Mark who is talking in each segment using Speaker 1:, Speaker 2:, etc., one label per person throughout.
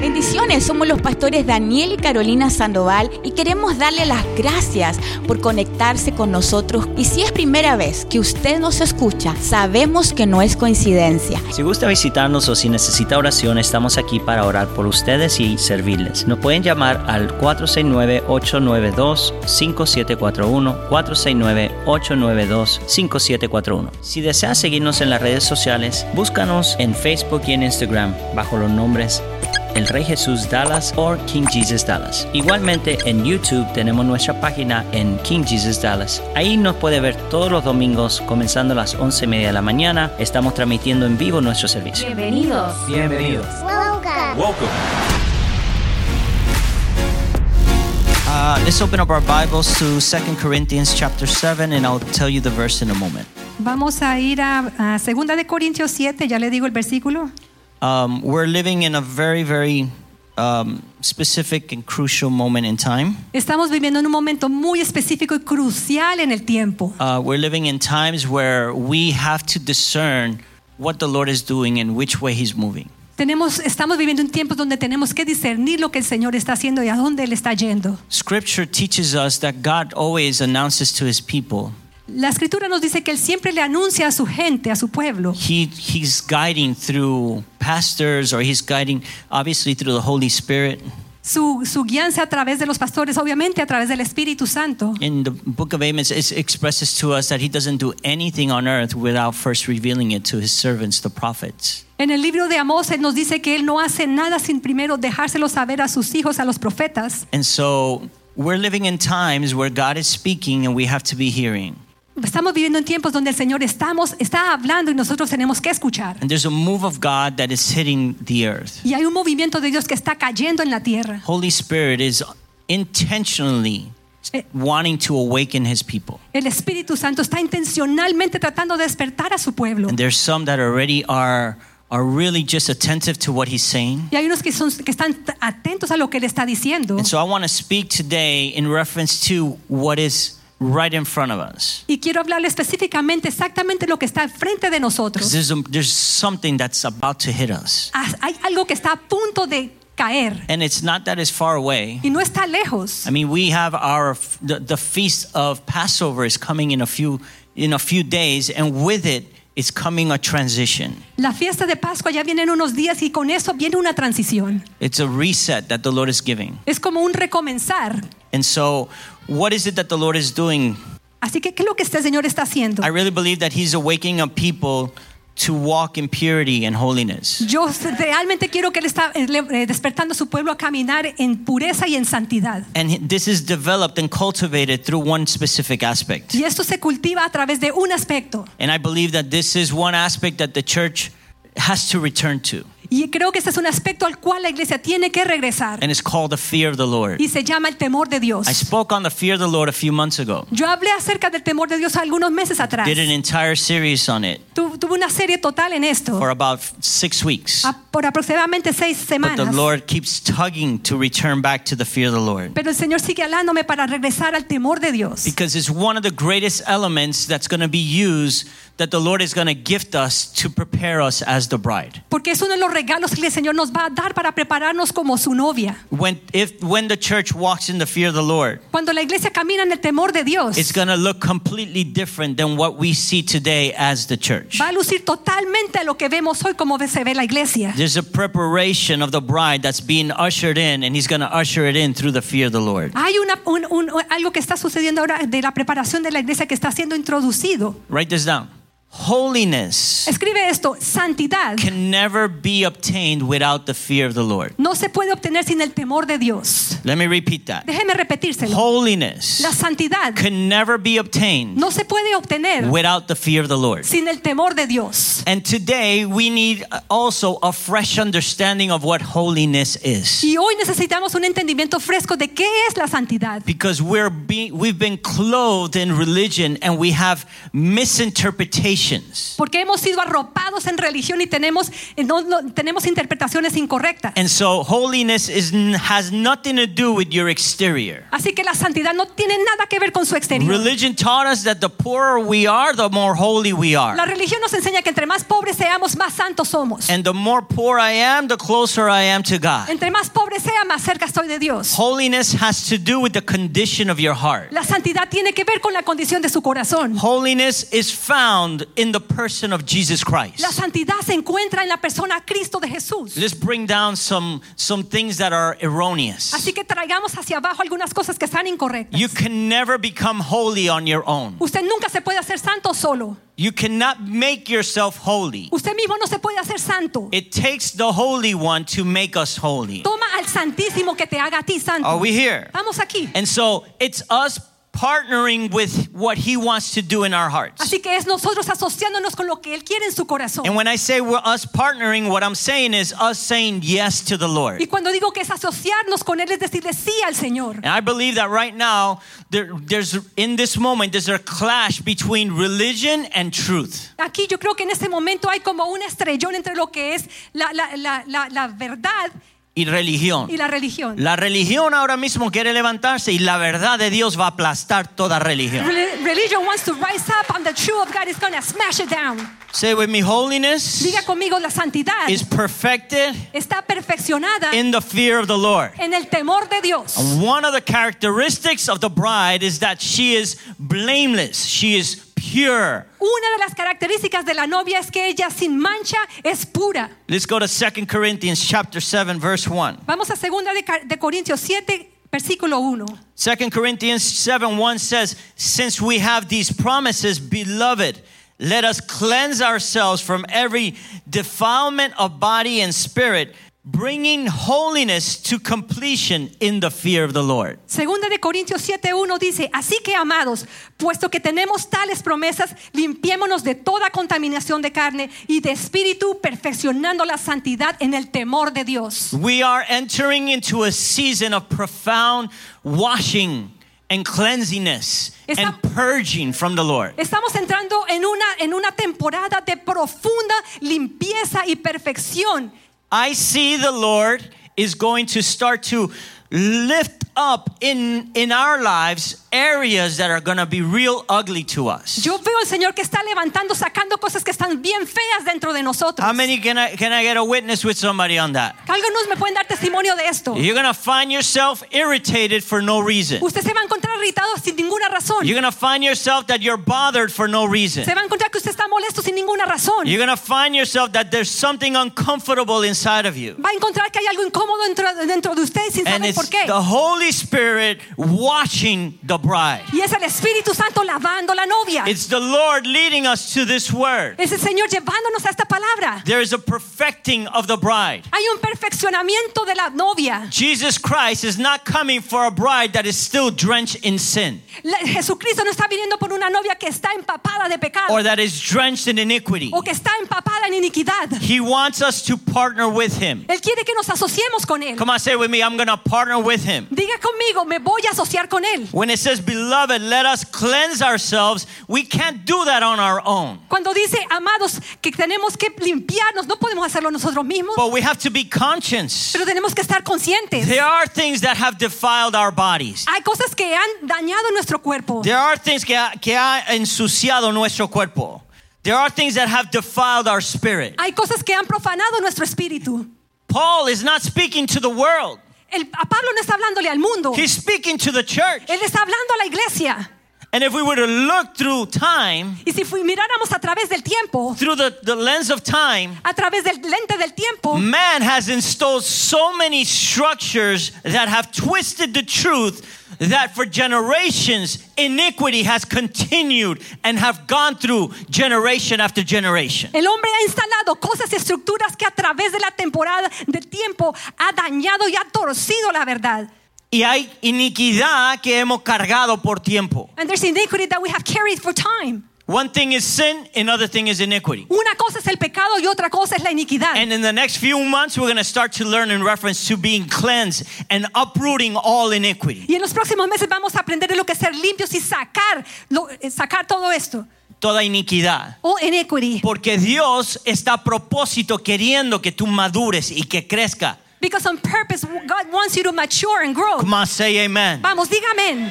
Speaker 1: Bendiciones, somos los pastores Daniel y Carolina Sandoval y queremos darle las gracias por conectarse con nosotros. Y si es primera vez que usted nos escucha, sabemos que no es coincidencia.
Speaker 2: Si gusta visitarnos o si necesita oración, estamos aquí para orar por ustedes y servirles. Nos pueden llamar al 469-892-5741, 469-892-5741. Si desea seguirnos en las redes sociales, búscanos en Facebook y en Instagram bajo los nombres el Rey Jesús Dallas o King Jesus Dallas. Igualmente en YouTube tenemos nuestra página en King Jesus Dallas. Ahí nos puede ver todos los domingos comenzando a las 11 y media de la mañana. Estamos transmitiendo en vivo nuestro servicio.
Speaker 3: Bienvenidos.
Speaker 4: Bienvenidos.
Speaker 5: Welcome.
Speaker 4: Welcome.
Speaker 2: Uh, let's open up our Bibles to 2 Corinthians chapter 7 and I'll tell you the verse in a moment.
Speaker 3: Vamos a ir a, a Segunda de Corintios 7, ya le digo el versículo.
Speaker 2: Um, we're living in a very, very um, specific and crucial moment in time.
Speaker 3: Estamos viviendo en un momento muy específico y crucial en el tiempo.
Speaker 2: Uh, we're living in times where we have to discern what the Lord is doing and which way He's moving.
Speaker 3: Tenemos, estamos viviendo en tiempos donde tenemos que discernir lo que el Señor está haciendo y a dónde Él está yendo.
Speaker 2: Scripture teaches us that God always announces to His people.
Speaker 3: La escritura nos dice que Él siempre le anuncia a su gente, a su pueblo.
Speaker 2: He, he's guiding through pastors or he's guiding obviously through the Holy Spirit.
Speaker 3: Su, su guianza a través de los pastores, obviamente a través del Espíritu Santo.
Speaker 2: In the book of Amos, it expresses to us that he doesn't do anything on earth without first revealing it to his servants, the prophets.
Speaker 3: En el libro de Amós él nos dice que él no hace nada sin primero dejárselo saber a sus hijos, a los profetas.
Speaker 2: And so we're living in times where God is speaking and we have to be hearing.
Speaker 3: Estamos viviendo en tiempos donde el Señor estamos, está hablando y nosotros tenemos que escuchar.
Speaker 2: And there's a move of God that is hitting the earth.
Speaker 3: Y hay un movimiento de Dios que está cayendo en la tierra.
Speaker 2: Holy Spirit is intentionally
Speaker 3: Eh.
Speaker 2: wanting to awaken his people.
Speaker 3: El Espíritu Santo está intencionalmente tratando de despertar a su pueblo.
Speaker 2: And there's some that already are are really just attentive to what he's saying.
Speaker 3: Y hay unos que, son, que están t- atentos a lo que él está diciendo.
Speaker 2: And so I want to speak today in reference to what is right in front of us.
Speaker 3: Y quiero hablarle específicamente exactamente lo que está frente de
Speaker 2: Because
Speaker 3: nosotros.
Speaker 2: there's, a- there's something that's about to hit us.
Speaker 3: Ah, Hay algo que está a punto de caer
Speaker 2: And it's not that it's far away.
Speaker 3: y no está lejos.
Speaker 2: I mean, we have our the, the feast of Passover is coming in a few in a few days, and with it is coming a transition.
Speaker 3: La fiesta de Pascua ya viene en unos días y con eso viene una transición.
Speaker 2: It's a reset that the Lord is giving.
Speaker 3: Es como un recomenzar.
Speaker 2: And so, what is it that the Lord is doing?
Speaker 3: Así que, ¿qué es lo que este Señor está haciendo?
Speaker 2: I really believe that He's awakening a people to walk in purity and holiness.
Speaker 3: Yo realmente quiero que Él está eh, le- eh, despertando a su pueblo a caminar en pureza y en santidad.
Speaker 2: And this is developed and cultivated through one specific aspect.
Speaker 3: Y esto se cultiva a través de un aspecto.
Speaker 2: And I believe that this is one aspect that the church has to return to.
Speaker 3: Y creo que este es un aspecto al cual la iglesia tiene que regresar.
Speaker 2: And it's called the fear of the Lord.
Speaker 3: Y se llama el temor de Dios.
Speaker 2: I spoke on the fear of the Lord a few months ago.
Speaker 3: Yo hablé acerca del temor de Dios algunos meses atrás.
Speaker 2: Did an entire series on it
Speaker 3: Tu- tuve una serie total en esto
Speaker 2: for about six weeks.
Speaker 3: a- por aproximadamente seis
Speaker 2: But the
Speaker 3: semanas.
Speaker 2: Lord keeps tugging to return back to the fear of the Lord.
Speaker 3: Pero el Señor sigue hablándome para regresar al temor de Dios.
Speaker 2: Because it's one of the greatest elements that's going to be used that the Lord is going to gift us to prepare us as the bride.
Speaker 3: Porque es uno de los regalos que el Señor nos va a dar para prepararnos como su novia.
Speaker 2: When, if, when the church walks in the fear of the Lord,
Speaker 3: Cuando la iglesia camina en el temor de Dios,
Speaker 2: it's going to look completely different than what we see today as the church.
Speaker 3: va a lucir totalmente a lo que vemos hoy como se ve la iglesia.
Speaker 2: There's a preparation of the bride that's being ushered in, and he's going to usher it in through the fear of the Lord.
Speaker 3: Hay una- un- un- algo que está sucediendo ahora de la preparación de la iglesia que está siendo introducido.
Speaker 2: Write this down. Holiness
Speaker 3: Escribe esto, santidad
Speaker 2: can never be obtained without the fear of the Lord.
Speaker 3: no se puede obtener sin el temor de Dios.
Speaker 2: Let me repeat that.
Speaker 3: Déjeme repetírselo.
Speaker 2: Holiness
Speaker 3: La santidad
Speaker 2: can never be obtained
Speaker 3: no se puede obtener
Speaker 2: without the fear of the Lord.
Speaker 3: sin el temor de Dios.
Speaker 2: And today we need uh, also a fresh understanding of what holiness is.
Speaker 3: Y hoy necesitamos un entendimiento fresco de qué es la santidad.
Speaker 2: Because we're be, we've been clothed in religion and we have interpretations.
Speaker 3: Porque hemos sido arropados en religión y tenemos, eh, no- no- tenemos interpretaciones incorrectas.
Speaker 2: And so holiness is, has nothing to do with your exterior.
Speaker 3: Así que la santidad no tiene nada que ver con su exterior.
Speaker 2: Religion taught us that the poorer we are, the more holy we
Speaker 3: La
Speaker 2: are.
Speaker 3: religión nos enseña que entre más pobres seamos, más santos somos.
Speaker 2: And the more poor I am, the closer I am to God.
Speaker 3: Entre más pobre sea, más cerca estoy de Dios.
Speaker 2: Holiness has to do with the condition of your heart.
Speaker 3: La santidad tiene que ver con la condición de su corazón.
Speaker 2: Holiness is found in the person of Jesus
Speaker 3: La
Speaker 2: Christ.
Speaker 3: santidad se encuentra en la persona Cristo de Jesús.
Speaker 2: Let's bring down some, some things that are erroneous.
Speaker 3: Así que traigamos hacia abajo algunas cosas que están incorrectas.
Speaker 2: You can never become holy on your own.
Speaker 3: Usted nunca se puede hacer santo solo.
Speaker 2: You cannot make yourself holy.
Speaker 3: Usted mismo no se puede hacer santo.
Speaker 2: It takes the Holy One to make us holy.
Speaker 3: Toma al Santísimo que te haga a ti
Speaker 2: Are
Speaker 3: santo.
Speaker 2: we here?
Speaker 3: Vamos aquí.
Speaker 2: And so it's us partnering with what He wants to do in our hearts.
Speaker 3: Así que es nosotros asociándonos con lo que Él quiere en su corazón.
Speaker 2: And when I say we're us partnering, what I'm saying is us saying yes to the Lord.
Speaker 3: Y cuando digo que es asociarnos con Él es decirle sí al Señor.
Speaker 2: And I believe that right now, there, there's in this moment, there's a clash between religion and truth.
Speaker 3: Aquí yo creo que en este momento hay como un estrellón entre lo que es la, la- la- la- la verdad
Speaker 2: Y
Speaker 3: y
Speaker 2: religión.
Speaker 3: la religión.
Speaker 2: La religión ahora mismo quiere levantarse y la verdad de Dios va a aplastar toda religión.
Speaker 3: Reli- Religion wants to rise up and the truth of God is going to smash it down.
Speaker 2: Say with me, holiness
Speaker 3: Diga conmigo, la santidad
Speaker 2: is perfected
Speaker 3: está perfeccionada
Speaker 2: in the fear of the Lord.
Speaker 3: en el temor de Dios.
Speaker 2: One of the characteristics of the bride is that she is blameless, she is pure.
Speaker 3: Una de las características de la novia es que ella sin mancha es pura.
Speaker 2: Let's go to 2 Corinthians chapter 7 verse 1.
Speaker 3: Vamos a segunda de, Ca- de Corintios 7, versículo 1.
Speaker 2: 2 Corinthians 7 1 says, Since we have these promises, beloved, let us cleanse ourselves from every defilement of body and spirit, bringing holiness to completion in the fear of the Lord.
Speaker 3: Segunda de Corintios 7, 1 dice, así que amados, puesto que tenemos tales promesas, limpiémonos de toda contaminación de carne y de espíritu, perfeccionando la santidad en el temor de Dios.
Speaker 2: We are entering into a season of profound washing and cleansingness
Speaker 3: Esta-
Speaker 2: and purging from the Lord.
Speaker 3: Estamos entrando en una, en una temporada de profunda limpieza y perfección.
Speaker 2: I see the Lord is going to start to lift up in in our lives areas that are going to be real ugly to us.
Speaker 3: Yo veo al Señor que está levantando, sacando cosas que están bien feas dentro de nosotros.
Speaker 2: How many can I can I get a witness with somebody on that?
Speaker 3: Algunos me pueden dar testimonio de esto.
Speaker 2: You're going to find yourself irritated for no reason.
Speaker 3: Usted se va a encontrar irritado sin ninguna razón.
Speaker 2: You're going to find yourself that you're bothered for no reason.
Speaker 3: Se va a encontrar que usted está molesto sin ninguna razón.
Speaker 2: You're going to find yourself that there's something uncomfortable inside of you.
Speaker 3: Va a encontrar que hay algo incómodo dentro, dentro de usted sin
Speaker 2: And
Speaker 3: saber por
Speaker 2: it's
Speaker 3: qué.
Speaker 2: the Holy Spirit watching the bride.
Speaker 3: Y es el Espíritu Santo lavando la novia.
Speaker 2: It's the Lord leading us to this word.
Speaker 3: Es el Señor llevándonos a esta palabra.
Speaker 2: There is a perfecting of the bride.
Speaker 3: Hay un perfeccionamiento de la novia.
Speaker 2: Jesus Christ is not coming for a bride that is still drenched in sin
Speaker 3: La- Jesucristo no está viniendo por una novia que está empapada de pecado
Speaker 2: or that is drenched in iniquity.
Speaker 3: o que está empapada en iniquidad.
Speaker 2: He wants us to partner with him.
Speaker 3: Él quiere que nos asociemos con Él.
Speaker 2: Come on, say it with me, I'm going to partner with him.
Speaker 3: Diga conmigo, me voy a asociar con Él.
Speaker 2: When it says, beloved, let us cleanse ourselves, we can't do that on our own.
Speaker 3: Cuando dice, amados, que tenemos que limpiarnos, no podemos hacerlo nosotros mismos,
Speaker 2: But we have to be conscious.
Speaker 3: pero tenemos que estar conscientes.
Speaker 2: There are things that have defiled our bodies.
Speaker 3: Hay cosas que han dañado nuestro cuerpo.
Speaker 2: There are things que ha, que ha ensuciado nuestro cuerpo. There are things that have defiled our spirit.
Speaker 3: Hay cosas que han profanado nuestro espíritu.
Speaker 2: Paul is not speaking to the world.
Speaker 3: El, a Pablo no está hablándole al mundo.
Speaker 2: He's speaking to the church.
Speaker 3: Él está hablando a la iglesia.
Speaker 2: And if we were to look through time,
Speaker 3: Y si fu- miráramos a través del tiempo,
Speaker 2: through the, the lens of time,
Speaker 3: a través del lente del tiempo,
Speaker 2: man has installed so many structures that have twisted the truth that for generations iniquity has continued and have gone through generation after generation.
Speaker 3: el hombre ha instalado cosas y estructuras que a través de la temporada del tiempo ha dañado y ha torcido la verdad.
Speaker 2: Y hay iniquidad que hemos cargado por tiempo.
Speaker 3: And there's iniquity that we have carried for time.
Speaker 2: One thing is sin, another thing is iniquity.
Speaker 3: Una cosa es el pecado y otra cosa es la iniquidad.
Speaker 2: And in the next few months, we're going to start to learn in reference to being cleansed and uprooting all iniquity.
Speaker 3: y en los próximos meses vamos a aprender de lo que es ser limpios y sacar, lo- eh, sacar todo esto.
Speaker 2: toda iniquidad.
Speaker 3: o iniquity.
Speaker 2: Porque Dios está a propósito queriendo que tú madures y que crezca.
Speaker 3: Because on purpose, God wants you to mature and grow.
Speaker 2: Come on, say amen.
Speaker 3: Vamos, dígame.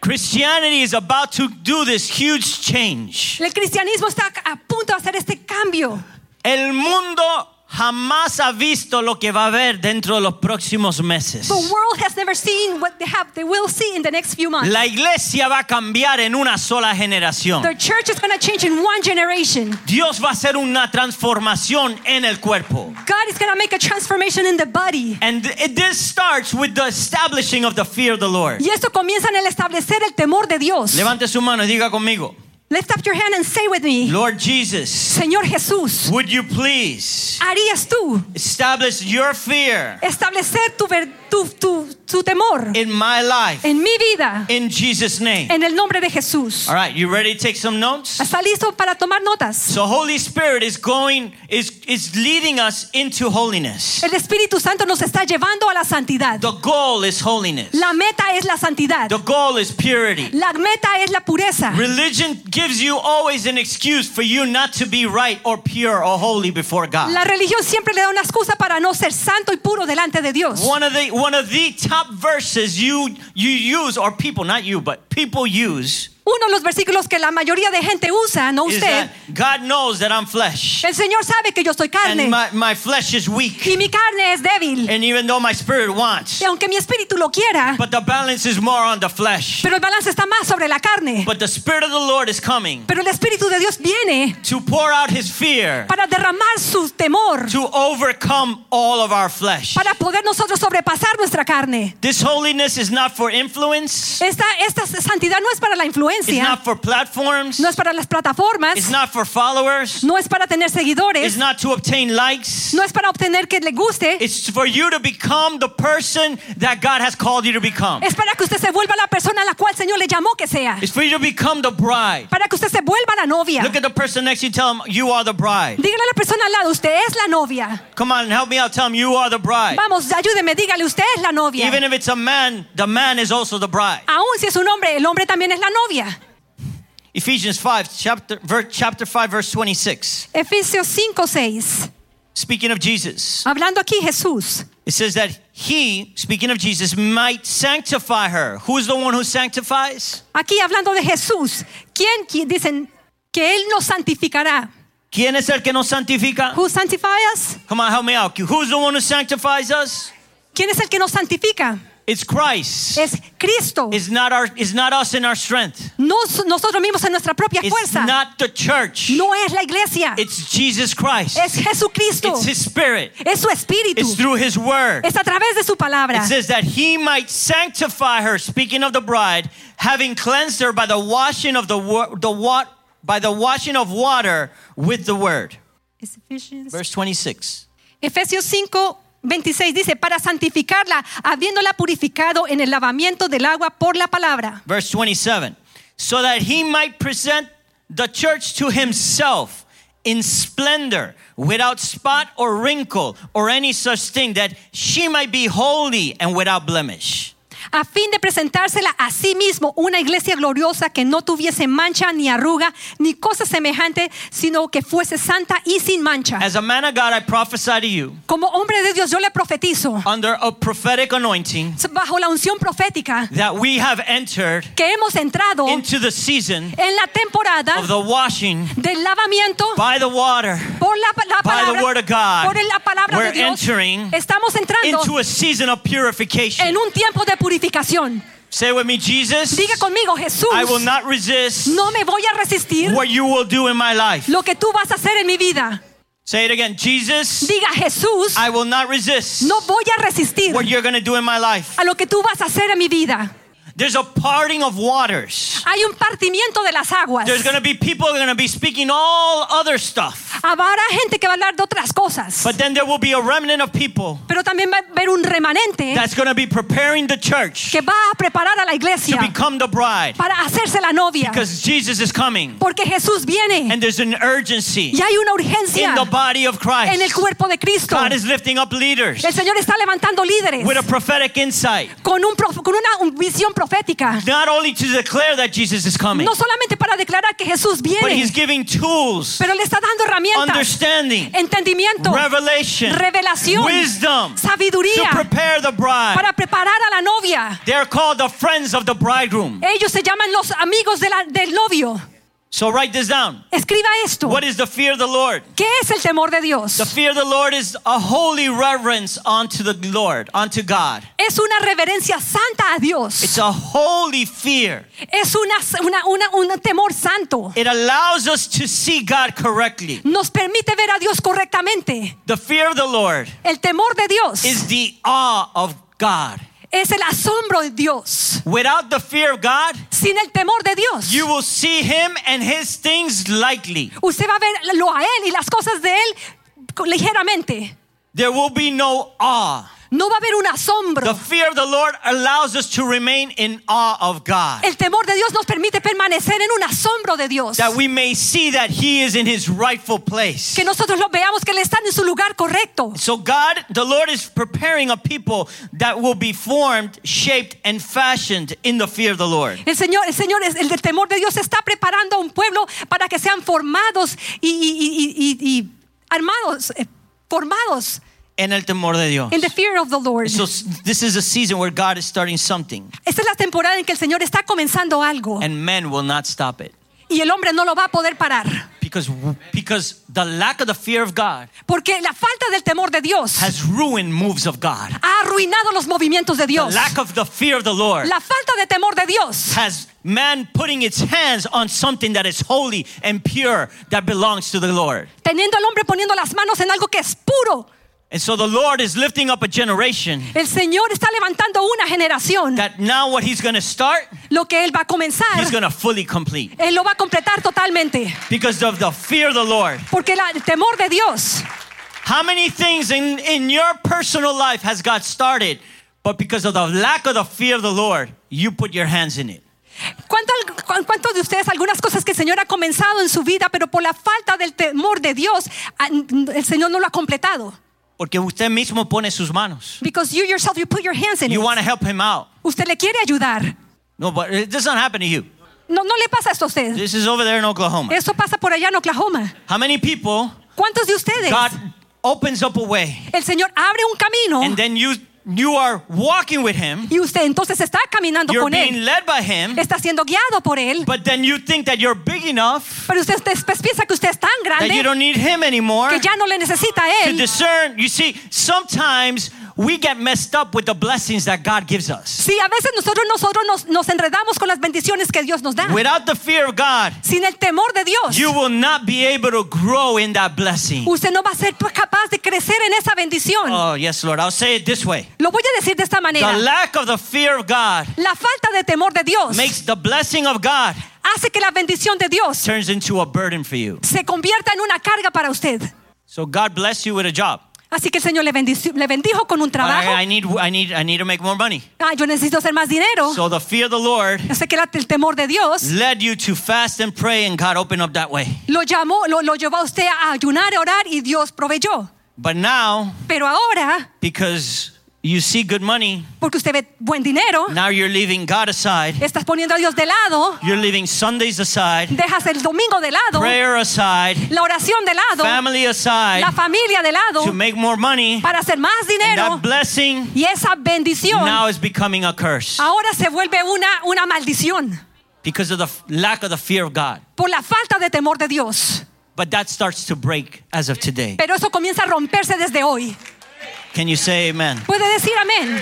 Speaker 2: Christianity is about to do this huge change.
Speaker 3: El cristianismo está a punto de hacer este cambio.
Speaker 2: El mundo jamás ha visto lo que va a haber dentro de los próximos meses.
Speaker 3: The world has never seen what they have. They will see in the next few months.
Speaker 2: La iglesia va a cambiar en una sola generación.
Speaker 3: The church is going to change in one generation.
Speaker 2: Dios va a hacer una transformación en el cuerpo.
Speaker 3: God is going to make a transformation in the body.
Speaker 2: And it, this starts with the establishing of the fear of the Lord.
Speaker 3: Y esto comienza en el establecer el temor de Dios.
Speaker 2: Levante su mano y diga conmigo,
Speaker 3: Lift up your hand and say with me,
Speaker 2: Lord Jesus,
Speaker 3: Señor Jesús,
Speaker 2: would you please
Speaker 3: ¿harías tú
Speaker 2: establish your fear
Speaker 3: establecer tu, ver- tu, tu, tu temor
Speaker 2: in my life
Speaker 3: en mi vida
Speaker 2: in Jesus name?
Speaker 3: en el nombre de Jesús?
Speaker 2: All right, you ready to take some notes?
Speaker 3: ¿Está listo para tomar notas?
Speaker 2: So Holy Spirit is going is is leading us into holiness.
Speaker 3: El Espíritu Santo nos está llevando a la santidad.
Speaker 2: The goal is holiness.
Speaker 3: La meta es la santidad.
Speaker 2: The goal is purity.
Speaker 3: La meta es la pureza.
Speaker 2: Religion gives you always an excuse for you not to be right or pure or holy before God.
Speaker 3: La religión siempre le da una excusa para no ser santo y puro delante de Dios.
Speaker 2: One of the one of the top verses you you use or people not you but people use
Speaker 3: Uno de los versículos que la mayoría de gente usa, no
Speaker 2: is that
Speaker 3: usted,
Speaker 2: God knows that I'm flesh
Speaker 3: el Señor sabe que yo soy carne
Speaker 2: and my, my flesh is weak
Speaker 3: y mi carne es débil.
Speaker 2: and even though my spirit wants
Speaker 3: Y aunque mi espíritu lo quiera,
Speaker 2: Eh, but the balance is more on the flesh
Speaker 3: pero el balance está más sobre la carne.
Speaker 2: but the spirit of the Lord is coming
Speaker 3: Pero el espíritu de Dios viene
Speaker 2: to pour out his fear
Speaker 3: para derramar su temor,
Speaker 2: to overcome all of our flesh.
Speaker 3: para poder nosotros sobrepasar nuestra carne.
Speaker 2: This holiness is not for influence,
Speaker 3: Esta, esta santidad no es para la
Speaker 2: it's
Speaker 3: influencia,
Speaker 2: not for platforms,
Speaker 3: no es para las plataformas,
Speaker 2: it's not for followers,
Speaker 3: no es para tener
Speaker 2: it's
Speaker 3: seguidores,
Speaker 2: not to obtain likes.
Speaker 3: no es para obtener que le guste,
Speaker 2: It's for you to become the person that God has called you to become.
Speaker 3: es para que usted se vuelva la persona a la cual el Señor le llamó que sea,
Speaker 2: It's for you to become the bride.
Speaker 3: para que usted se vuelva la novia.
Speaker 2: Look at the person next to you, tell them, You are the bride.
Speaker 3: Dígale a la persona al lado, usted es la novia.
Speaker 2: Come on, help me out, tell them, You are the bride.
Speaker 3: Vamos, ayúdeme, dígale, usted es la novia.
Speaker 2: Even if it's a man, the man is also the bride.
Speaker 3: Aún si es un hombre, el hombre también es la novia.
Speaker 2: Ephesians 5, chapter, ver, chapter 5, verse 26.
Speaker 3: Efesios 5, 6.
Speaker 2: Speaking of Jesus.
Speaker 3: Hablando aquí Jesús.
Speaker 2: It says that he, speaking of Jesus, might sanctify her. Who's the one who sanctifies?
Speaker 3: Aquí hablando de Jesús. ¿Quién, qui- dicen que Él nos santificará?
Speaker 2: ¿Quién es el que nos santifica?
Speaker 3: Who sanctifies?
Speaker 2: Come on, help me out. Who's the one who sanctifies us?
Speaker 3: ¿Quién es el que nos santifica?
Speaker 2: It's Christ.
Speaker 3: Es Cristo.
Speaker 2: It's not our it's not us in our strength.
Speaker 3: No s- nosotros mismos en nuestra propia
Speaker 2: It's
Speaker 3: fuerza.
Speaker 2: not the church.
Speaker 3: No es la iglesia.
Speaker 2: It's Jesus Christ.
Speaker 3: Es Jesucristo.
Speaker 2: It's his spirit.
Speaker 3: Es su espíritu.
Speaker 2: It's through his word.
Speaker 3: Es a través de su palabra.
Speaker 2: It says that he might sanctify her, speaking of the bride, having cleansed her by the washing of the wa- the wa- by the washing of water with the word.
Speaker 3: Es Ephesians-
Speaker 2: Verse 26.
Speaker 3: Efesios 5, 26 dice, para santificarla, habiéndola purificado en el lavamiento del agua por la palabra.
Speaker 2: Verse 27. So that he might present the church to himself in splendor, without spot or wrinkle or any such thing, that she might be holy and without blemish.
Speaker 3: a fin de presentársela a sí mismo una iglesia gloriosa que no tuviese mancha ni arruga ni cosa semejante, sino que fuese santa y sin mancha.
Speaker 2: As a man of God, I prophesy to you
Speaker 3: Como hombre de Dios yo le profetizo
Speaker 2: under a prophetic anointing
Speaker 3: bajo la unción profética
Speaker 2: that we have entered
Speaker 3: que hemos entrado en
Speaker 2: into the season
Speaker 3: la temporada
Speaker 2: of the washing
Speaker 3: del lavamiento
Speaker 2: by the water
Speaker 3: por la,
Speaker 2: by
Speaker 3: la
Speaker 2: the
Speaker 3: palabra
Speaker 2: word of God,
Speaker 3: por la palabra
Speaker 2: we're
Speaker 3: de Dios.
Speaker 2: entering
Speaker 3: Estamos entrando
Speaker 2: into a season of purification.
Speaker 3: en un tiempo de purificación.
Speaker 2: Say with me, Jesus,
Speaker 3: Diga conmigo, Jesús,
Speaker 2: I will not resist
Speaker 3: no me voy a resistir
Speaker 2: what you will do in my life.
Speaker 3: lo que tú vas a hacer en mi vida.
Speaker 2: Say it again. Jesus,
Speaker 3: Diga, Jesús,
Speaker 2: I will not resist
Speaker 3: No voy a resistir
Speaker 2: what you're going to do in my life.
Speaker 3: a lo que tú vas a hacer en mi vida.
Speaker 2: There's a parting of waters.
Speaker 3: Hay un partimiento de las aguas.
Speaker 2: There's going to be people who are going to be speaking all other stuff.
Speaker 3: Habrá gente que va a hablar de otras cosas.
Speaker 2: But then there will be a remnant of people
Speaker 3: Pero también va a haber un remanente
Speaker 2: that's going to be preparing the church
Speaker 3: que va a preparar a la
Speaker 2: to
Speaker 3: iglesia
Speaker 2: become the bride
Speaker 3: para hacerse la novia.
Speaker 2: because Jesus is coming.
Speaker 3: Porque Jesús viene
Speaker 2: And there's an urgency
Speaker 3: y hay una
Speaker 2: in
Speaker 3: urgencia
Speaker 2: the body of
Speaker 3: en el
Speaker 2: Christ.
Speaker 3: cuerpo de Cristo.
Speaker 2: God is lifting up leaders
Speaker 3: El Señor está levantando líderes
Speaker 2: with a prophetic insight.
Speaker 3: con, un prof- con una un- visión profética.
Speaker 2: not only to declare that Jesus is coming,
Speaker 3: No solamente para declarar que Jesús
Speaker 2: but He's
Speaker 3: viene,
Speaker 2: giving tools,
Speaker 3: pero le está dando herramientas,
Speaker 2: understanding,
Speaker 3: entendimiento,
Speaker 2: revelation,
Speaker 3: revelación,
Speaker 2: wisdom to
Speaker 3: sabiduría
Speaker 2: prepare the bride.
Speaker 3: para preparar a la novia.
Speaker 2: They're called the friends of the bridegroom.
Speaker 3: Ellos se llaman los amigos de la- del novio.
Speaker 2: So write this down.
Speaker 3: Escriba esto.
Speaker 2: What is the fear of the Lord?
Speaker 3: ¿Qué es el temor de
Speaker 2: The
Speaker 3: Dios?
Speaker 2: fear of the Lord is a holy reverence unto the Lord, unto God.
Speaker 3: Es una reverencia santa a Dios.
Speaker 2: It's a holy fear.
Speaker 3: Es una, una- una- un temor santo.
Speaker 2: It allows us to see God correctly.
Speaker 3: Nos permite ver a Dios correctamente.
Speaker 2: The fear of the Lord
Speaker 3: El temor de Dios
Speaker 2: is the awe of God.
Speaker 3: es el asombro de Dios.
Speaker 2: Without the fear of God,
Speaker 3: Sin el temor de Dios,
Speaker 2: you will see him and his things lightly.
Speaker 3: usted va a ver lo a Él y las cosas de Él ligeramente.
Speaker 2: There will be no awe.
Speaker 3: No va a haber un asombro.
Speaker 2: The fear of the Lord allows us to remain in awe of God.
Speaker 3: El temor de Dios nos permite permanecer en un asombro de Dios.
Speaker 2: That we may see that he is in his rightful place.
Speaker 3: Que nosotros lo veamos que Él está en su lugar correcto.
Speaker 2: So God, the Lord is preparing a people that will be formed, shaped, and fashioned in the fear of the Lord.
Speaker 3: El Señor, el Señor, es- el del temor de Dios está preparando a un pueblo para que sean formados y, y- y- y- y- y armados, eh, formados
Speaker 2: En el temor de Dios.
Speaker 3: en the fear of the Lord.
Speaker 2: So s- this is a season where God is starting something,
Speaker 3: Esta es la temporada en que el Señor está comenzando algo
Speaker 2: and men will not stop it
Speaker 3: y el hombre no lo va a poder parar.
Speaker 2: because because the lack of the fear of God
Speaker 3: Porque la falta del temor de Dios
Speaker 2: has ruined moves of God.
Speaker 3: ha arruinado los movimientos de
Speaker 2: The
Speaker 3: Dios.
Speaker 2: lack of the fear of the Lord
Speaker 3: La falta de temor de Dios
Speaker 2: has man putting its hands on something that is holy and pure that belongs to the Lord.
Speaker 3: teniendo al hombre poniendo las manos en algo que es puro.
Speaker 2: And so the Lord is lifting up a generation
Speaker 3: El Señor está levantando una generación.
Speaker 2: that now what he's going to start,
Speaker 3: Lo que Él va a
Speaker 2: he's
Speaker 3: comenzar,
Speaker 2: going to fully complete
Speaker 3: Él lo va a completar totalmente.
Speaker 2: because of the fear of the Lord.
Speaker 3: Porque la- el temor de Dios,
Speaker 2: How many things in, in your personal life has God started, but because of the lack of the fear of the Lord, you put your hands in it?
Speaker 3: ¿cuánto, al- cuán- cuántos de ustedes, algunas cosas que el Señor ha comenzado en su vida, pero por la falta del temor de Dios, ah, n- el Señor no lo ha completado?
Speaker 2: Porque usted mismo pone sus manos.
Speaker 3: Because you yourself, you put your hands in
Speaker 2: You
Speaker 3: it.
Speaker 2: want to help him out.
Speaker 3: Usted le quiere ayudar.
Speaker 2: No, but it doesn't happen to you.
Speaker 3: No, no le pasa esto a usted.
Speaker 2: This is over there in Oklahoma.
Speaker 3: Esto pasa por allá en Oklahoma.
Speaker 2: How many people
Speaker 3: ¿Cuántos de ustedes?
Speaker 2: God opens up a way
Speaker 3: El Señor abre un
Speaker 2: and
Speaker 3: camino
Speaker 2: then you you are walking with him,
Speaker 3: y usted entonces está caminando
Speaker 2: you're
Speaker 3: con
Speaker 2: being
Speaker 3: Él.
Speaker 2: led by him,
Speaker 3: Está siendo guiado por Él.
Speaker 2: but then you think that you're big enough
Speaker 3: Pero usted después piensa que usted es tan
Speaker 2: that you
Speaker 3: grande
Speaker 2: don't need him anymore.
Speaker 3: que ya no le necesita a
Speaker 2: to
Speaker 3: Él.
Speaker 2: discern. You see, sometimes we get messed up with the blessings that God gives us.
Speaker 3: Sí, a veces nosotros, nosotros nos, nos enredamos con las bendiciones que Dios nos da.
Speaker 2: Without the fear of God,
Speaker 3: Sin el temor de
Speaker 2: you
Speaker 3: Dios,
Speaker 2: will not be able to grow in that blessing.
Speaker 3: usted no va a ser capaz de crecer en esa bendición.
Speaker 2: Oh, yes, Lord. I'll say it this way
Speaker 3: Lo voy a decir de esta
Speaker 2: The
Speaker 3: manera.
Speaker 2: lack of the fear of God
Speaker 3: La falta de temor de Dios
Speaker 2: makes the blessing of God
Speaker 3: hace que la bendición de Dios
Speaker 2: turns into a burden for you.
Speaker 3: se convierta en una carga para usted.
Speaker 2: So God bless you with a job.
Speaker 3: Así que el Señor le, bendici- le bendijo con un
Speaker 2: But
Speaker 3: trabajo.
Speaker 2: I, I need I need I need to make more money.
Speaker 3: Ah, yo necesito hacer más dinero.
Speaker 2: So the fear of the Lord
Speaker 3: Yo sé que la- el temor de Dios
Speaker 2: led you to fast and pray and God opened up that way.
Speaker 3: lo llamó, lo, lo llevó a usted a ayunar, a orar y Dios proveyó.
Speaker 2: But now
Speaker 3: Pero ahora,
Speaker 2: because you see good money
Speaker 3: porque usted ve buen dinero,
Speaker 2: Now you're leaving God aside.
Speaker 3: estás poniendo a Dios de lado,
Speaker 2: You're leaving Sundays aside,
Speaker 3: dejas el domingo de lado,
Speaker 2: prayer aside,
Speaker 3: la oración de lado,
Speaker 2: family aside
Speaker 3: la familia de lado,
Speaker 2: to make more money.
Speaker 3: para hacer más
Speaker 2: And
Speaker 3: dinero.
Speaker 2: that blessing
Speaker 3: Y esa bendición
Speaker 2: now is becoming a curse
Speaker 3: ahora se vuelve una, una maldición
Speaker 2: because of the f- lack of the fear of God.
Speaker 3: por la falta de temor de Dios.
Speaker 2: But that starts to break as of today.
Speaker 3: Pero eso comienza a romperse desde hoy.
Speaker 2: Can you say amen?
Speaker 3: Puede decir amén.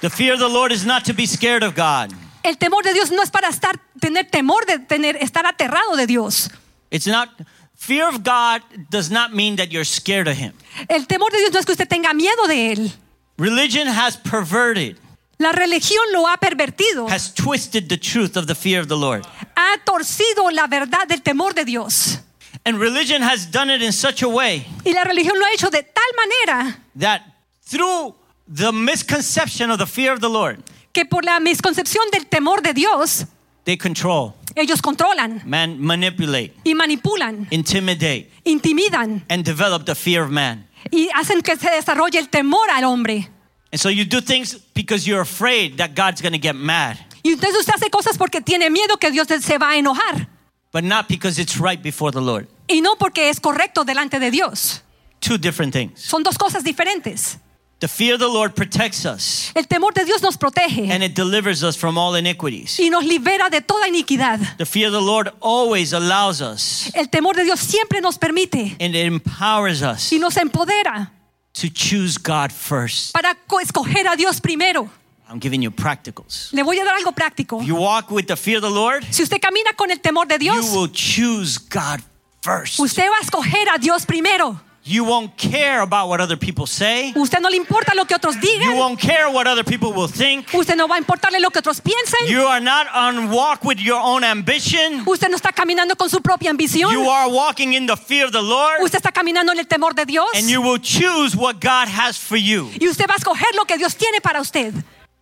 Speaker 2: The fear of the Lord is not to be scared of God.
Speaker 3: El temor de Dios no es para estar, tener temor de tener, estar aterrado de Dios.
Speaker 2: It's not fear of God does not mean that you're scared of him.
Speaker 3: El temor de Dios no es que usted tenga miedo de Él.
Speaker 2: Religion has perverted,
Speaker 3: La religión lo ha pervertido,
Speaker 2: has twisted the truth of the fear of the Lord.
Speaker 3: ha torcido la verdad del temor de Dios.
Speaker 2: And religion has done it in such a way
Speaker 3: Y la religión lo ha hecho de tal manera
Speaker 2: that through the misconception of the fear of the Lord,
Speaker 3: que por la misconcepción del temor de Dios,
Speaker 2: they control,
Speaker 3: ellos controlan
Speaker 2: man, manipulate,
Speaker 3: y manipulan,
Speaker 2: intimidate,
Speaker 3: intimidan
Speaker 2: and develop the fear of man.
Speaker 3: y hacen que se desarrolle el temor al hombre.
Speaker 2: And so you do things because you're afraid that God's going to get mad,
Speaker 3: Y entonces usted hace cosas porque tiene miedo que Dios se va a enojar.
Speaker 2: but not because it's right before the Lord.
Speaker 3: Y no porque es correcto delante de Dios.
Speaker 2: Two different things.
Speaker 3: Son dos cosas diferentes.
Speaker 2: The fear of the Lord protects us
Speaker 3: El temor de Dios nos protege
Speaker 2: and it delivers us from all iniquities.
Speaker 3: y nos libera de toda iniquidad.
Speaker 2: The fear of the Lord always allows us
Speaker 3: El temor de Dios siempre nos permite
Speaker 2: and it empowers us
Speaker 3: y nos empodera
Speaker 2: to choose God first.
Speaker 3: para co- escoger a Dios primero.
Speaker 2: I'm giving you practicals.
Speaker 3: Le voy a dar algo práctico.
Speaker 2: If you walk with the fear of the Lord,
Speaker 3: Si usted camina con el temor de
Speaker 2: you
Speaker 3: Dios,
Speaker 2: will choose God first.
Speaker 3: usted va a escoger a Dios primero.
Speaker 2: You won't care about what other people say.
Speaker 3: Usted no le importa lo que otros
Speaker 2: You
Speaker 3: digan.
Speaker 2: won't care what other people will think.
Speaker 3: Usted no va a importarle lo que otros piensen.
Speaker 2: You are not on walk with your own ambition.
Speaker 3: Usted no está caminando con su propia ambición.
Speaker 2: You are walking in the fear of the Lord,
Speaker 3: Usted está caminando en el temor de Dios.
Speaker 2: and you will choose what God has for you.
Speaker 3: Y usted va a escoger lo que Dios tiene para usted.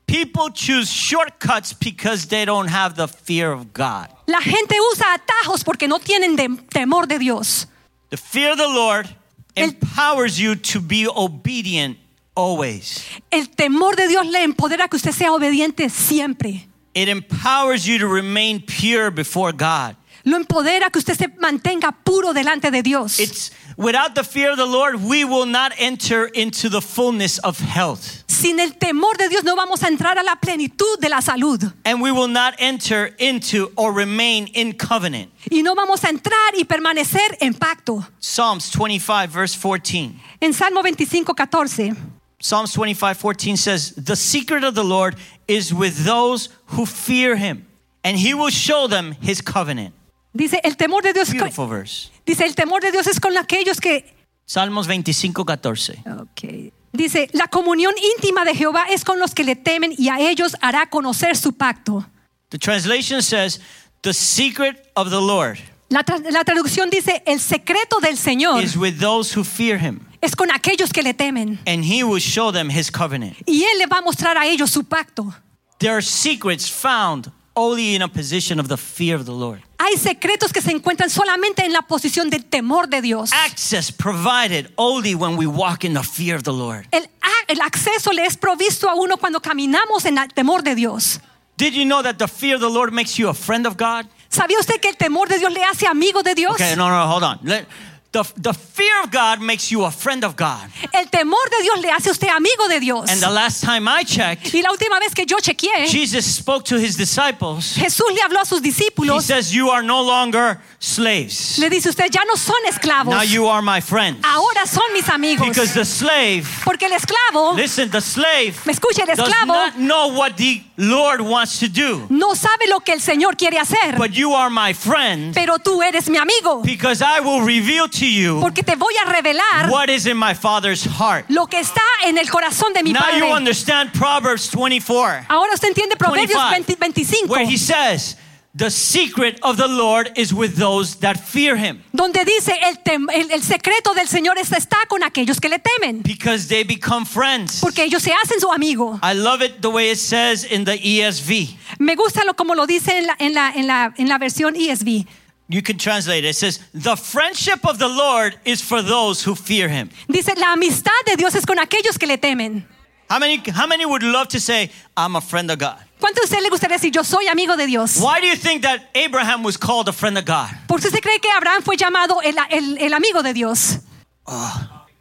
Speaker 2: People choose shortcuts because they don't have the fear of God.
Speaker 3: La gente usa atajos porque no tienen de- temor de Dios.
Speaker 2: The fear of the Lord
Speaker 3: El-
Speaker 2: empowers you to be obedient always.
Speaker 3: El temor de Dios le empodera que usted sea obediente siempre.
Speaker 2: It empowers you to remain pure before God.
Speaker 3: Lo empodera que usted se mantenga puro delante de Dios.
Speaker 2: It's without the fear of the Lord, we will not enter into the fullness of health.
Speaker 3: Sin el temor de Dios no vamos a entrar a la plenitud de la salud.
Speaker 2: And we will not enter into or remain in covenant.
Speaker 3: Y no vamos a entrar y permanecer en pacto.
Speaker 2: Psalms 25, verse 14.
Speaker 3: En Salmo 25, 14.
Speaker 2: Psalms 25, 14 says, The secret of the Lord is with those who fear him, and he will show them his covenant.
Speaker 3: Dice, el temor de Dios,
Speaker 2: Beautiful verse.
Speaker 3: dice, el temor de Dios es con aquellos que
Speaker 2: Salmos 25, 14.
Speaker 3: Ok. Dice, la comunión íntima de Jehová es con los que le temen y a ellos hará conocer su pacto.
Speaker 2: The translation says, The secret of the Lord
Speaker 3: La, tra- la traducción dice, el secreto del Señor
Speaker 2: is with those who fear him,
Speaker 3: es con aquellos que le temen
Speaker 2: and he will show them his covenant.
Speaker 3: y Él le va a mostrar a ellos su pacto.
Speaker 2: There are secrets found only in a position of the fear of the Lord.
Speaker 3: Hay secretos que se encuentran solamente en la posición del temor de Dios.
Speaker 2: Access provided only when we walk in the fear of the Lord.
Speaker 3: El, a- el acceso le es provisto a uno cuando caminamos en el temor de Dios.
Speaker 2: Did you know that the fear of the Lord makes you a friend of God?
Speaker 3: ¿Sabía usted que el temor de Dios le hace amigo de Dios?
Speaker 2: Okay, no, no, hold on. Let- the, the fear of God makes you a friend of God.
Speaker 3: El temor de Dios le hace a usted amigo de Dios.
Speaker 2: And the last time I checked,
Speaker 3: Y la última vez que yo chequeé,
Speaker 2: Jesus spoke to his disciples.
Speaker 3: Jesús le habló a sus
Speaker 2: He
Speaker 3: discípulos,
Speaker 2: says, You are no longer slaves.
Speaker 3: le dice, ustedes ya no son esclavos,
Speaker 2: Now you are my friends.
Speaker 3: ahora son mis amigos.
Speaker 2: Because the slave,
Speaker 3: Porque el esclavo,
Speaker 2: listen, the slave
Speaker 3: me escucha, el
Speaker 2: does
Speaker 3: esclavo
Speaker 2: not know what the Lord wants to do.
Speaker 3: no sabe lo que el Señor quiere hacer,
Speaker 2: But you are my friend
Speaker 3: pero tú eres mi amigo,
Speaker 2: because I will reveal to you
Speaker 3: porque te voy a revelar
Speaker 2: what is in my Father's heart.
Speaker 3: lo que está en el corazón de mi
Speaker 2: Now you
Speaker 3: Padre.
Speaker 2: understand Proverbs 24,
Speaker 3: Ahora usted entiende Proverbios
Speaker 2: 25,
Speaker 3: 20 25,
Speaker 2: where he says, The secret of the Lord is with those that fear him
Speaker 3: donde dice, el, tem- el- el secreto del Señor es- está con aquellos que le temen,
Speaker 2: because they become friends.
Speaker 3: porque ellos se hacen su amigo.
Speaker 2: I love it the way it says in the E ESV.
Speaker 3: Me gusta lo, como lo dice en la, en la- en la- en la versión E ESV.
Speaker 2: You can translate it. It says, The friendship of the Lord is for those who fear him.
Speaker 3: Dice, la amistad de Dios es con aquellos que le temen.
Speaker 2: How many, how many would love to say, I'm a friend of God?
Speaker 3: ¿Cuánto a usted le gustaría decir, yo soy amigo de Dios?
Speaker 2: Why do you think that Abraham was called a friend of God?
Speaker 3: ¿Por qué usted cree que Abraham fue llamado el, el- el amigo de Dios?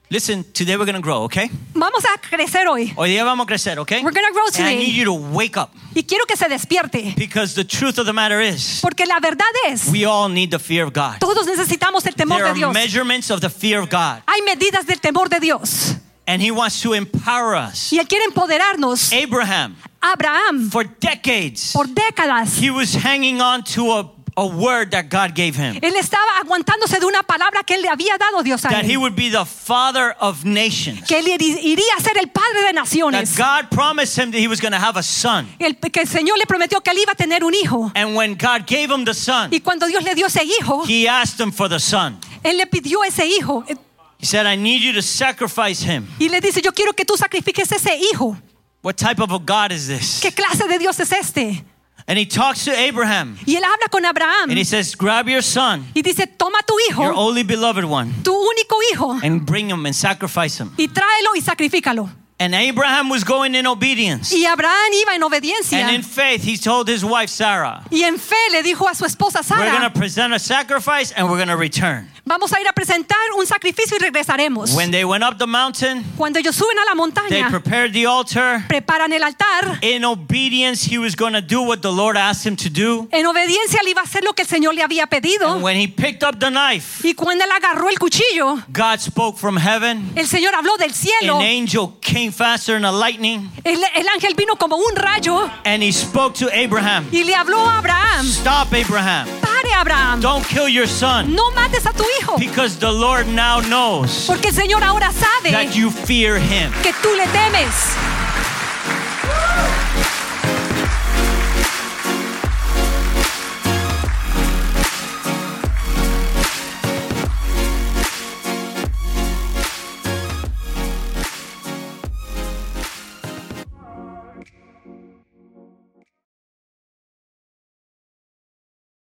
Speaker 2: Listen, today we're going to grow, okay?
Speaker 3: Vamos a crecer hoy.
Speaker 2: Hoy día vamos a crecer, okay?
Speaker 3: We're gonna grow
Speaker 2: And I
Speaker 3: today.
Speaker 2: need you to wake up
Speaker 3: Y quiero que se despierte.
Speaker 2: because the truth of the matter is
Speaker 3: Porque la verdad es,
Speaker 2: we all need the fear of God.
Speaker 3: todos necesitamos el temor
Speaker 2: There
Speaker 3: de
Speaker 2: are
Speaker 3: Dios.
Speaker 2: measurements of the fear of God,
Speaker 3: Hay medidas del temor de Dios.
Speaker 2: and He wants to empower us.
Speaker 3: Y Él quiere empoderarnos.
Speaker 2: Abraham,
Speaker 3: Abraham,
Speaker 2: for decades,
Speaker 3: por décadas,
Speaker 2: he was hanging on to a, a word that God gave him
Speaker 3: él estaba aguantándose de una palabra que Él le había dado Dios a
Speaker 2: that He
Speaker 3: él.
Speaker 2: would be the father of nations,
Speaker 3: Que Él iri- iría a ser el padre de
Speaker 2: that
Speaker 3: naciones.
Speaker 2: God promised him that He was going to have a son.
Speaker 3: El, que el Señor le prometió que Él iba a tener un hijo.
Speaker 2: And when God gave him the son,
Speaker 3: Y cuando Dios le dio ese hijo,
Speaker 2: he asked him for the son.
Speaker 3: Él le pidió ese hijo eh,
Speaker 2: He said, I need you to sacrifice him.
Speaker 3: y le dice, yo quiero que tú sacrifiques ese hijo.
Speaker 2: What type of a God is this?
Speaker 3: ¿Qué clase de Dios es este?
Speaker 2: And he talks to Abraham
Speaker 3: Y él habla con Abraham
Speaker 2: and he says, Grab your son,
Speaker 3: y dice, toma tu
Speaker 2: your
Speaker 3: hijo,
Speaker 2: only beloved one,
Speaker 3: tu único hijo,
Speaker 2: and bring him and sacrifice him.
Speaker 3: y tráelo y sacrifícalo.
Speaker 2: And Abraham was going in obedience.
Speaker 3: Y Abraham iba en obediencia.
Speaker 2: And in faith, he told his wife Sarah,
Speaker 3: y en fe le dijo a su esposa
Speaker 2: We're going to
Speaker 3: Sara,
Speaker 2: present a sacrifice and we're going to return.
Speaker 3: vamos a ir a presentar un sacrificio y regresaremos.
Speaker 2: When they went up the mountain,
Speaker 3: Cuando ellos suben a la
Speaker 2: they
Speaker 3: montaña,
Speaker 2: prepared the altar.
Speaker 3: preparan el altar.
Speaker 2: In obedience, he was going to do what the Lord asked him to do.
Speaker 3: En obediencia le iba a hacer lo que el Señor le había
Speaker 2: And
Speaker 3: pedido.
Speaker 2: when he picked up the knife,
Speaker 3: Y cuando él agarró el cuchillo,
Speaker 2: God spoke from heaven.
Speaker 3: el Señor habló del cielo.
Speaker 2: An angel came faster than a lightning,
Speaker 3: El, el ángel vino como un rayo
Speaker 2: and he spoke to Abraham.
Speaker 3: y le habló a Abraham.
Speaker 2: Stop, Abraham.
Speaker 3: Pare, Abraham.
Speaker 2: Don't kill your son,
Speaker 3: No mates a tu hijo.
Speaker 2: because the Lord now knows
Speaker 3: Porque el Señor ahora sabe
Speaker 2: that you fear him.
Speaker 3: que tú le temes.